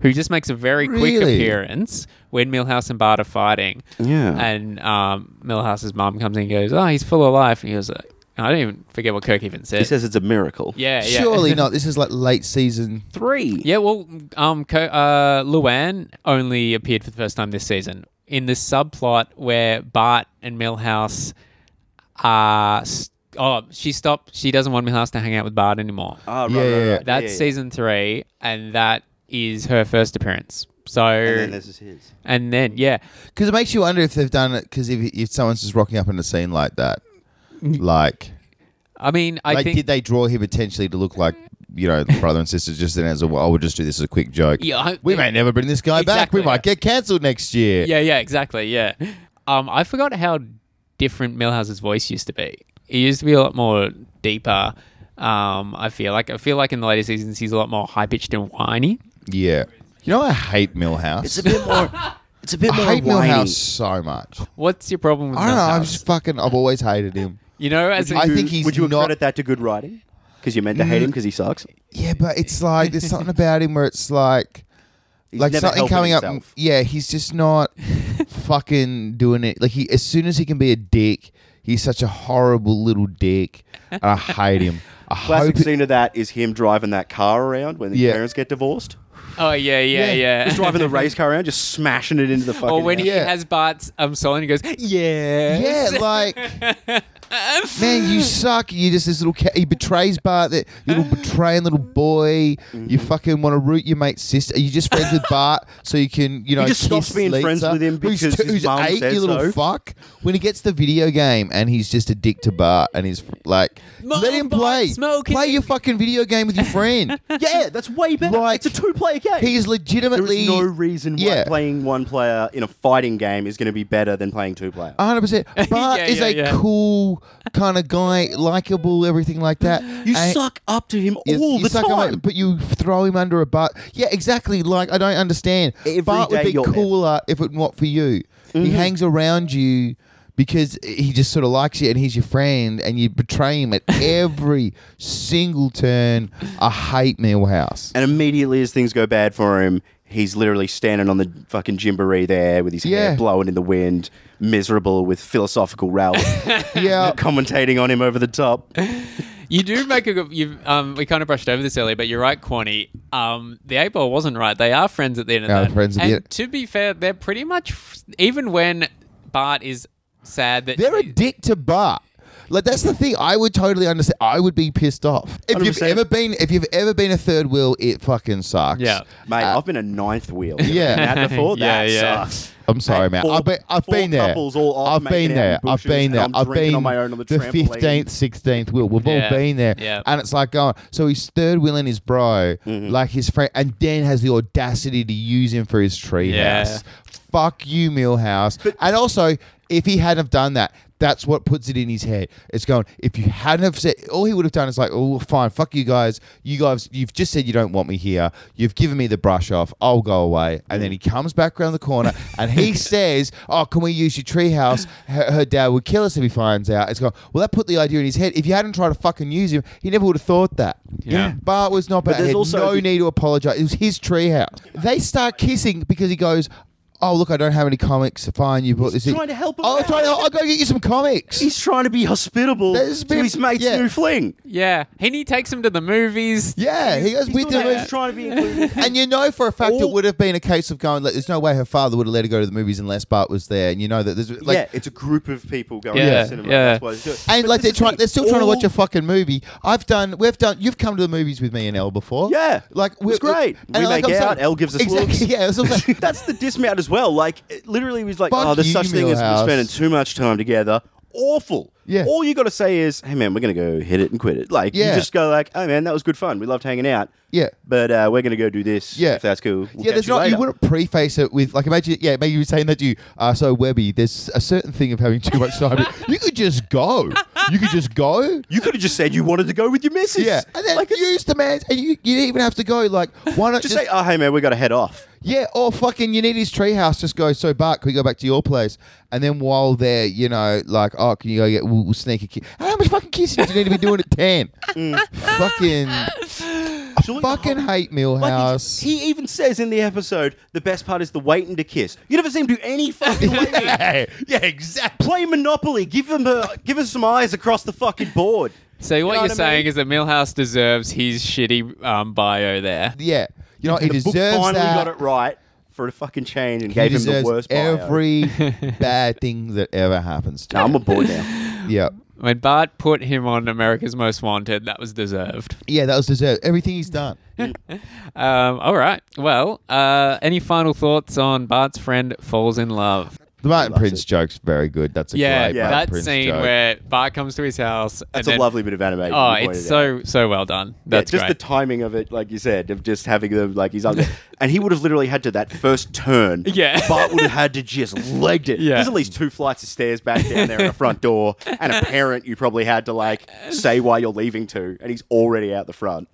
who just makes a very quick
Really?
appearance when Milhouse and Bart are fighting.
Yeah.
And um, Milhouse's mom comes in and goes, oh, he's full of life. And he goes, uh, I don't even forget what Kirk even said.
He says it's a miracle.
yeah, yeah.
Surely not. This is like late season.
Three.
Yeah, well, um, Co- uh, Luann only appeared for the first time this season in the subplot where Bart and Milhouse are. St- oh, she stopped. She doesn't want Milhouse to hang out with Bart anymore.
Oh, right,
Yeah,
right,
yeah,
right,
yeah.
right.
That's
Yeah, yeah.
season three, and that is her first appearance. So,
And then this is his.
and then yeah,
Because it makes you wonder if they've done it. Because if, if someone's just rocking up in a scene like that, like
I mean, I
like
Mm. think
did they draw him potentially to look like you know, brother and sister, just then as a, "Oh, well, I would just do this as a quick joke.
Yeah, I-
we may never bring this guy back.
Exactly.
We might get cancelled next year.
Yeah, yeah, exactly. Yeah. Um, I forgot how different Millhouse's voice used to be. He used to be a lot more deeper. Um, I feel like I feel like in the later seasons he's a lot more high pitched and whiny.
Yeah. You know, I hate Millhouse.
It's a bit more. It's a bit more
I hate
whiny.
Millhouse so much.
What's your problem with
I don't know.
Millhouse?
I've just fucking. I've always hated him.
you know, as a,
I think he's
Would you
not. Mm.
credit that to good writing? Because you meant to hate him because he sucks.
yeah, but it's like there's something about him where it's like,
He's
like
never
something
helping
coming up.
himself.
Yeah, he's just not fucking doing it. Like he, as soon as he can be a dick, he's such a horrible little dick, and I hate him. I
Classic
hope. it-
scene of that is him driving that car around when the
Yeah.
parents get divorced.
oh yeah, yeah,
Yeah,
yeah.
He's driving the race car around, just smashing it into the fucking.
or when he
Yeah.
has Bart's um solo and he goes, yeah,
yeah, like man, you suck. You just this little cat. He betrays Bart. That you little betraying little boy. You
Mm-hmm.
fucking want to root your mate's sister. Are you just friends with Bart so you can you know?
just stops
kiss
being friends
Lisa,
with him
who's
because
two-
his
who's
mum
eight,
said
you little
so.
fuck. When he gets the video game and he's just a dick to Bart and he's like,
Mum,
let him
Bart's
play.
smoking.
Play your fucking video game with your friend.
yeah, that's way better.
Like,
it's a two-player game.
he is
there
legitimately
is no reason why
yeah.
playing one player in a fighting game is going to be better than playing two player.
hundred percent. Bart
Yeah,
is
yeah,
a
yeah.
cool kind of guy, likable, everything like that.
you
And-
suck up to him
Yes,
all
you
the
suck him up,
time.
but you throw him under a butt. Yeah, exactly. Like I don't understand.
Every
Bart would
day
be
you're- Mm-hmm.
cooler if it not for you. He hangs around you because he just sort of likes you and he's your friend, and you betray him at every single turn. I hate Millhouse.
And immediately as things go bad for him, he's literally standing on the fucking gymboree there with his
Yeah.
hair blowing in the wind, miserable with philosophical Ralph
Yeah,
commentating on him over the top.
You do make a good. You um, we kind of brushed over this earlier, but you're right, Quani. Um, the eight ball wasn't right. They are friends at the end of
They are
that.
friends at the
and
end.
to be fair, they're pretty much even when Bart is sad that
they're a dick to Bart. Like that's the thing. I would totally understand. I would be pissed off if you have
100%.
ever been. If you've ever been a third wheel, it fucking sucks.
Yeah.
Mate,
Uh,
I've been a ninth wheel.
yeah.
That before?
Yeah,
that
yeah.
sucks.
I'm sorry, man.
Four-
I've been, I've
four
been there.
couples all off
I've
making
been
out
there.
in
I've
bushes
been
and
there.
I'm
I've
drinking
been
on my own on the trampoline.
15th, 16th wheel. We've
Yeah.
all been there.
Yeah.
And it's like going, so he's third wheeling his bro,
Mm-hmm.
like his friend, and then has the audacity to use him for his tree
Yeah.
house. Fuck you, Millhouse. and also, if he hadn't have done that, that's what puts it in his head. It's going, if you hadn't have said, all he would have done is like, oh, fine, fuck you guys. You guys, you've just said you don't want me here. You've given me the brush off. I'll go away. And then he comes back around the corner and he says, oh, can we use your treehouse? Her, her dad would kill us if he finds out. It's going, well, that put the idea in his head. If you hadn't tried to fucking use him, he never would have thought that.
Yeah.
Bart was not bad.
there's
He had
also
no
the-
need to apologize. It was his treehouse. They start kissing because he goes, Oh, look, I don't have any comics. Fine, you bought this. in."
trying to help him
I'll
out.
try to I'll go get you some comics.
He's trying to be hospitable
There's
to
been-
his mate's
yeah.
new fling.
yeah, Henny takes him to the movies.
yeah, he goes
He's
with
doing that.
them.
He's trying to be included.
And you know for a fact it
All-
would have been a case of going, like, there's no way her father would have let her go to the movies unless Bart was there. And you know that there's, like,
yeah, it's a group of people going to
Yeah,
the cinema.
yeah.
That's why he's doing it.
and
But
like
this
they're
is the
trying,
thing.
they're still trying to
All-
watch a fucking movie. I've done, we've done, you've come to the movies with me and El before.
Yeah,
like
it was great.
and,
We make
I'm
out, Elle gives us
exactly,
looks.
Yeah, that's what I'm saying.
That's the dismount as well. Like, it literally was like,
Fuck
oh, there's
you,
such thing as
Millhouse.
we're spending too much time together. Awful.
Yeah.
All you got to say is, hey, man, we're going to go hit it and quit it. Like,
Yeah.
you just go like, oh, man, that was good fun. We loved hanging out.
Yeah.
But uh, we're going to go do this.
Yeah.
If that's cool. We'll
yeah,
catch
there's
you
not. You
later.
wouldn't preface it with like imagine. Yeah, maybe you were saying that to you. Uh, so Webby, there's a certain thing of having too much time. you could just go. You could just go.
You could have just said you wanted to go with your missus.
Yeah, and then
like,
use the man, and you, you didn't even have to go. Like, why not
just
just,
say, oh, hey, man, we got to head off.
yeah? Or fucking, you need his treehouse. Just go. So Bart, can we go back to your place? And then while there, you know, like, oh, can you go get? We'll, we'll sneak a kiss. How much fucking kissing do you need to be doing at ten?
Mm.
Fucking,
Surely the
fucking
whole- Like,
hate
he-
Millhouse.
he even says in the episode, the best part is the waiting to kiss. You never see him do any fucking waiting.
yeah, yeah, exactly.
Play Monopoly. Give him a, give us some eyes across the fucking board.
So what
know
you're
what I
saying
mean?
is that Millhouse deserves his shitty um, bio there.
Yeah, you know, he
the book
deserves
finally
that.
got it right for a fucking change and
He
gave him the
deserves
worst bio.
every bad thing that ever happens to
No, I'm
him.
a boy now.
yeah.
When Bart put him on America's Most Wanted, that was deserved.
Yeah, that was deserved. Everything he's done.
Um, all right. Well, uh, any final thoughts on Bart's friend falls in love?
The Martin
Loves
Prince
it.
joke's very good. That's a
yeah,
great
Yeah.
Martin
that
Prince
scene
joke.
where Bart comes to his house.
That's
and
a
then-
lovely bit of animation.
Oh,
you pointed
it's
out.
so so well done.
Yeah,
That's
just
great.
the timing of it, like you said, of just having them like he's up there, and he would have literally had to that first turn.
Yeah.
Bart would have had to just legged it.
Yeah.
There's at least two flights of stairs back down there and a front door, and a parent you probably had to like say why you're leaving to, and he's already out the front.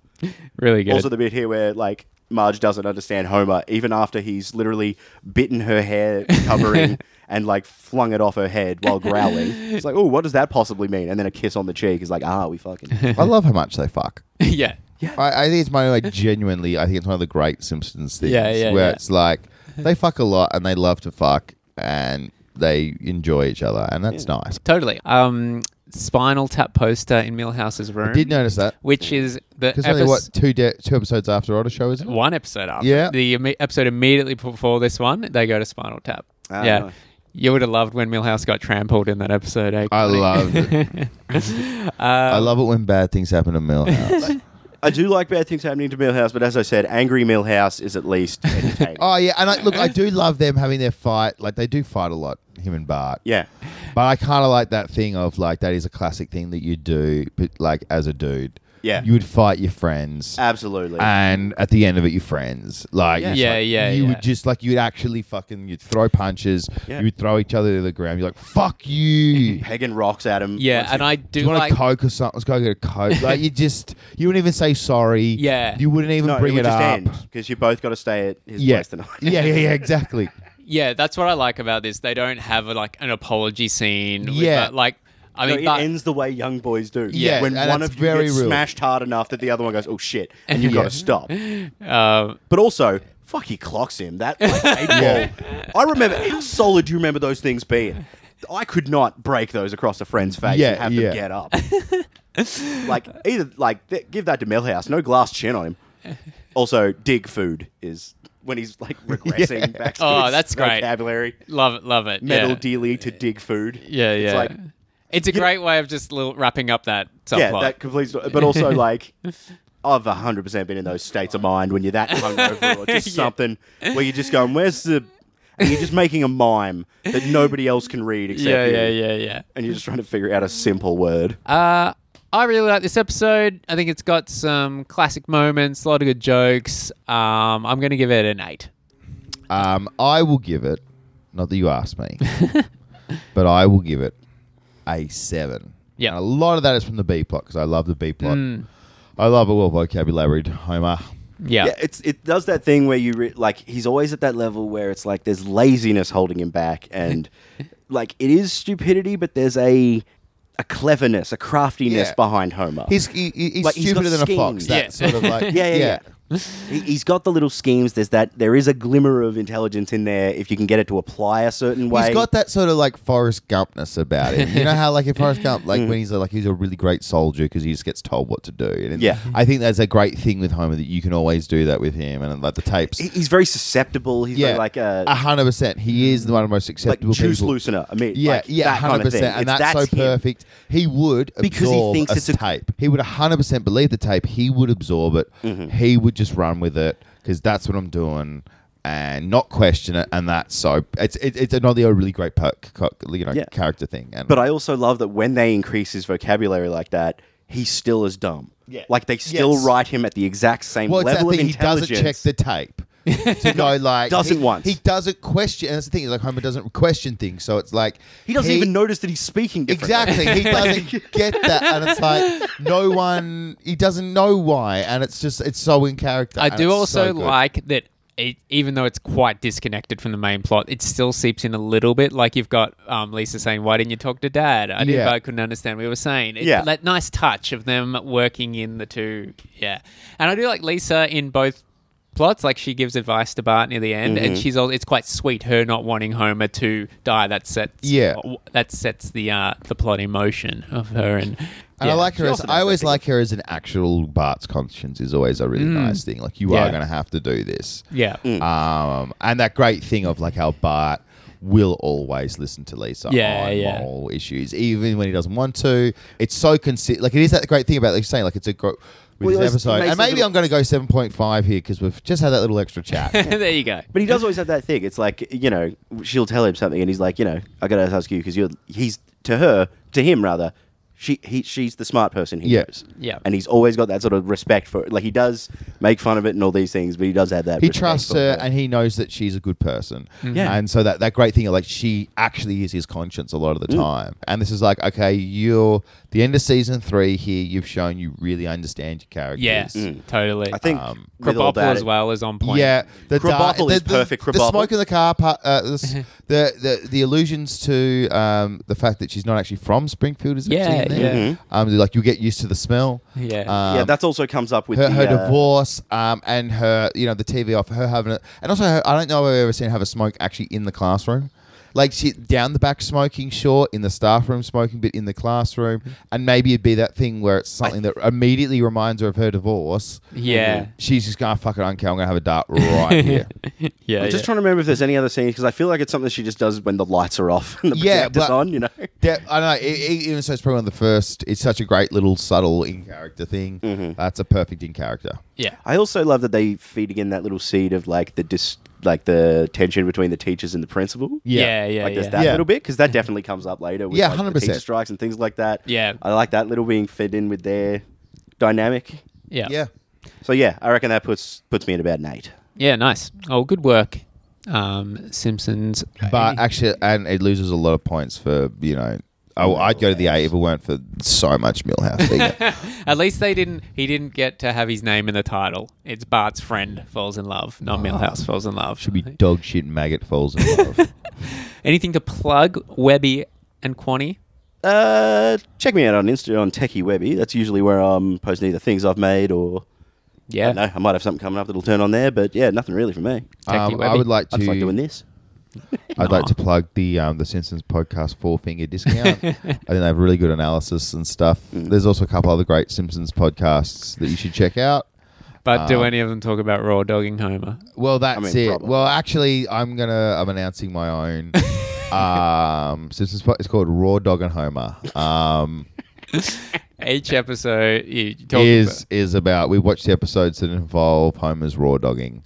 really good.
Also, the bit here where like Marge doesn't understand Homer, even after he's literally bitten her hair covering and like flung it off her head while growling. It's like, oh, what does that possibly mean? And then a kiss on the cheek is like, ah, we fucking.
I love how much they fuck.
yeah.
I, I think it's my like genuinely. I think it's one of the great Simpsons things.
Yeah, yeah,
Where
yeah.
it's like they fuck a lot and they love to fuck and they enjoy each other and that's nice.
Totally. Um, Spinal Tap poster in Milhouse's room.
Did notice that
Which is the
because only what
epis-
two de- two episodes after Otter Show is it?
one episode after.
Yeah.
The imme- episode immediately before this one, they go to Spinal Tap.
Ah,
yeah.
nice.
You would have loved when Milhouse got trampled in that episode. Eh?
I
Connie?
love it. I love it when bad things happen to Millhouse.
I do like bad things happening to Millhouse, but as I said, angry Millhouse is at least entertaining.
oh yeah, and I, look, I do love them having their fight. Like they do fight a lot, him and Bart.
yeah,
But I kind of like that thing of like that is a classic thing that you do, but like as a dude,
Yeah.
you would fight your friends.
absolutely.
and at the end of it, you're friends. Like,
Yeah.
it's
Yeah,
like,
yeah,
You
yeah.
would just like you'd actually fucking you'd throw punches.
Yeah.
You would throw each other to the ground. You're like, fuck you.
Pegging rocks at him.
Yeah,
Once
and
he-
I
Do
do
you want
like.
a coke or something? Let's go get a coke. like you just you wouldn't even say sorry.
Yeah.
You wouldn't even
no,
bring
it, would
it,
just
up.
because you both got to stay at his
Yeah.
place tonight.
yeah, yeah, yeah, exactly.
Yeah, that's what I like about this. They don't have a, like an apology scene. with
Yeah.
that, like, I
No,
mean,
it
but-
ends the way young boys do.
Yeah,
when
and
one
that's
of you
very
gets
real.
smashed hard enough that the other one goes, "Oh shit," and you've
Yeah.
got to stop.
um,
But also, fuck, he clocks him. That like, eight ball. I remember how solid do you remember those things being? I could not break those across a friend's face
Yeah,
and have
yeah.
them get up. like either like th- give that to Millhouse. No glass chin on him. Also, dig food is when he's like regressing back. To
Oh,
his
that's great.
vocabulary.
love it, love it.
Metal
yeah.
dealy to dig food.
Yeah, yeah.
It's like
it's a
you-
great way of just little wrapping up that subplot.
yeah, that completes. But also, like, I've hundred percent been in those states of mind when you're that hungover or just
Yeah.
something where you're just going, "Where's the?" And you're just making a mime that nobody else can read except
yeah,
you.
yeah, yeah, yeah.
And you're just trying to figure out a simple word.
Uh, I really like this episode. I think it's got some classic moments, a lot of good jokes. Um, I'm going to give it an eight.
Um, I will give it. Not that you asked me, but I will give it a seven.
Yeah. Mm.
And a lot of that is from the B plot because I love the B plot. I love a well vocabularied Homer.
Yeah.
Yeah, it's it does that thing where you re- like he's always at that level where it's like there's laziness holding him back, and like it is stupidity, but there's a a cleverness, a craftiness
Yeah.
behind Homer.
He's he, he- he's
Like, he's got
stupider than a fox.
schemes.
That
Yeah.
sort of like
yeah, yeah, yeah. He- He's got the little schemes. There's that. There is a glimmer of intelligence in there if you can get it to apply a certain way.
He's got that sort of like Forrest Gumpness about him. You know how like in Forrest Gump, like
Mm.
when he's a, like he's a really great soldier because he just gets told what to do. And
Yeah.
I think that's a great thing with Homer that you can always do that with him. And like the tapes,
He- He's very susceptible. He's very,
yeah,
like
a
a
hundred percent. He is one of the most
Mm. like
acceptable
juice
people.
loosener. I mean,
Yeah,
like,
yeah,
that kind
hundred
of thing.
percent, and
It's-
that's, so
him.
perfect. He would
Because he
absorb
thinks
a
it's a-
tape. He would hundred percent believe the tape. He would absorb it.
Mm-hmm.
He would just run with it because that's what I'm doing, and not question it. And that's so it's it, it's another really great perk, co- you know,
Yeah.
character thing. And
But uh, I also love that when they increase his vocabulary like that, he still is dumb.
Yeah.
Like they still
Yes.
write him at the exact same
well, it's that
level
thing
of
he doesn't
intelligence.
check the tape. to go like
Doesn't
he,
once.
he doesn't question. And that's the thing. Like Homer doesn't question things, so it's like
he doesn't even notice that he's speaking differently.
Exactly. He doesn't get that. And it's like, no one, he doesn't know why. And it's just, it's so in character.
I
and
do
it's
also
so good.
like that. It, even though it's quite disconnected from the main plot, it still seeps in a little bit. Like you've got um, Lisa saying, "Why didn't you talk to Dad?" I did,
Yeah.
but I couldn't understand what you were saying. It's
Yeah.
that nice touch of them working in the two. Yeah, and I do like Lisa in both plots. Like she gives advice to Bart near the end, and
Mm-hmm.
she's all. It's quite sweet her not wanting Homer to die. That sets uh,
Yeah.
that sets the uh, the plot in motion of her and.
And
yeah.
I like her as,
also does
I always
that thing.
like her as an actual Bart's conscience is always a really nice thing. Like, you
Mm. Yeah.
Mm.
are going to have to do this.
Yeah.
Um, and that great thing of like how Bart will always listen to Lisa
Yeah,
on
yeah.
moral issues, even when he doesn't want to. It's so consi- like it is that great thing about like you're saying like it's a gro- with
Well,
this
it's- it
episode,
makes
and
it
maybe
little-
I'm going to go seven point five here because we've just had that little extra chat.
there you go.
But he does always have that thing. It's like you know, she'll tell him something, and he's like, you know, I gotta ask you because you're he's to her to him rather. She he she's the smart person. He
Yeah.
knows.
Yeah.
And he's always got that sort of respect for it. Like he does make fun of it and all these things, but he does have that.
he
respect
trusts
for
her and he knows that she's a good person
Mm-hmm.
Yeah.
and so that, that great thing like she actually is his conscience a lot
Mm.
of the time and this is like okay you're the end of season three here you've shown you really understand your characters
Yeah,
Mm.
totally.
I think
Um,
with all
Krabappel
that,
as well is on point.
Yeah, the dark-
Krabappel
the-
is
the-
perfect,
The,
Krabappel.
smoke in the car, pa- uh, the, s- the the the allusions to um, the fact that she's not actually from Springfield is actually
Yeah,
in there.
yeah. Mhm.
Um, like you get used to the smell.
Yeah.
um,
Mm-hmm. yeah, that also comes up with
her,
the,
her
uh,
divorce um, and her you know the TV off her having it and also her, I don't know if I've ever seen her have a smoke actually in the classroom like she down the back smoking sure in the staff room smoking but in the classroom
Mm-hmm.
and maybe it'd be that thing where it's something that immediately reminds her of her divorce
Yeah.
she's just going fuck it okay I'm gonna have a dart right here
Yeah.
I'm just trying to remember if there's any other scenes because I feel like it's something she just does when the lights are off and the
Yeah,
projector's
but-
on. You know,
that, I don't know e- e- even so it's probably one of the first it's such a great little subtle in character thing
Mm-hmm.
that's a perfect in character
yeah.
I also love that they feed again that little seed of like the dis like the tension between the teachers and the principal.
Yeah. Yeah. Yeah.
like
yeah. Mm-hmm.
just that
Yeah.
little bit because that definitely comes up later. With,
Yeah,
like, the
100%.
Teacher strikes and things like that.
Yeah.
I like that little being fed in with their dynamic.
yeah.
yeah
So yeah, I reckon that puts puts me at about an eight.
Yeah, nice. Oh, good work, um, Simpsons.
But actually, and it loses a lot of points for you know. Oh, I'd go to the eight if it weren't for so much Millhouse. There
at least they didn't. He didn't get to have his name in the title. It's Bart's friend falls in love, not Millhouse falls in love.
Ah. should be dog shit maggot falls in love.
anything to plug? Webby and Quanny.
Uh, check me out on Insta on Techie Webby. That's usually where I'm posting either things I've made or I
Yeah,
don't know. I might have something coming up that'll turn on there, but yeah, nothing really for me.
Techie
um, I
Webby.
would like
I just like doing
to.
this.
I'd like to plug the um, the Simpsons podcast Four Finger Discount. I think they have really good analysis and stuff.
Mm.
There's also a couple other great Simpsons podcasts that you should check out.
but do
uh,
any of them talk about raw dogging Homer?
Well, that's
mean,
it.
probably.
Well, actually, I'm gonna. I'm announcing my own. um, Simpsons. pod- It's called Raw Dog and Homer. Um.
Each episode you talk
is
about-
is about we watch the episodes that involve Homer's raw dogging.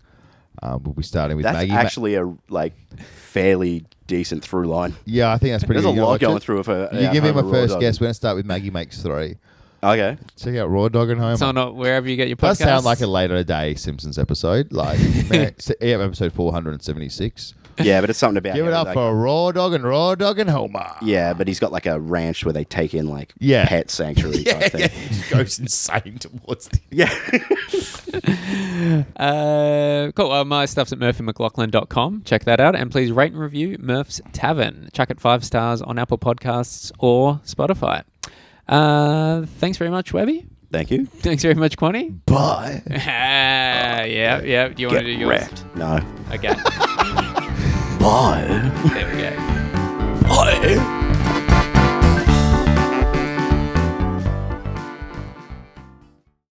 Um, we'll be starting with
That's
Maggie. Ma-
actually a like fairly decent through line.
yeah, I think that's pretty.
There's a
good. You
lot
watch
going
it?
through. uh, If a,
You give me my first guess.
guess.
We're gonna start with Maggie makes three.
Okay.
Check out raw dogging Homer.
it's on uh, wherever you get your podcast.
Does sound like a later day Simpsons episode, like man, se- yeah, episode four hundred and seventy six.
Yeah, but it's something about
Give
him,
it up
like-
for raw dog and raw dog and Homer.
Yeah, but he's got like a ranch where they take in like
Yeah.
pet sanctuary type thing.
he goes insane towards the
Yeah.
Uh, cool. Well, my stuff's at murphymclaughlin.com. Check that out. And please rate and review Murph's Tavern. Chuck it five stars on Apple Podcasts or Spotify. Uh, thanks very much, Webby.
Thank you.
Thanks very much, Quanny. Ah,
bye.
yeah, yeah. Do you want to do
Get
yours?
wrecked. No.
Okay.
Bye.
there we go.
Bye.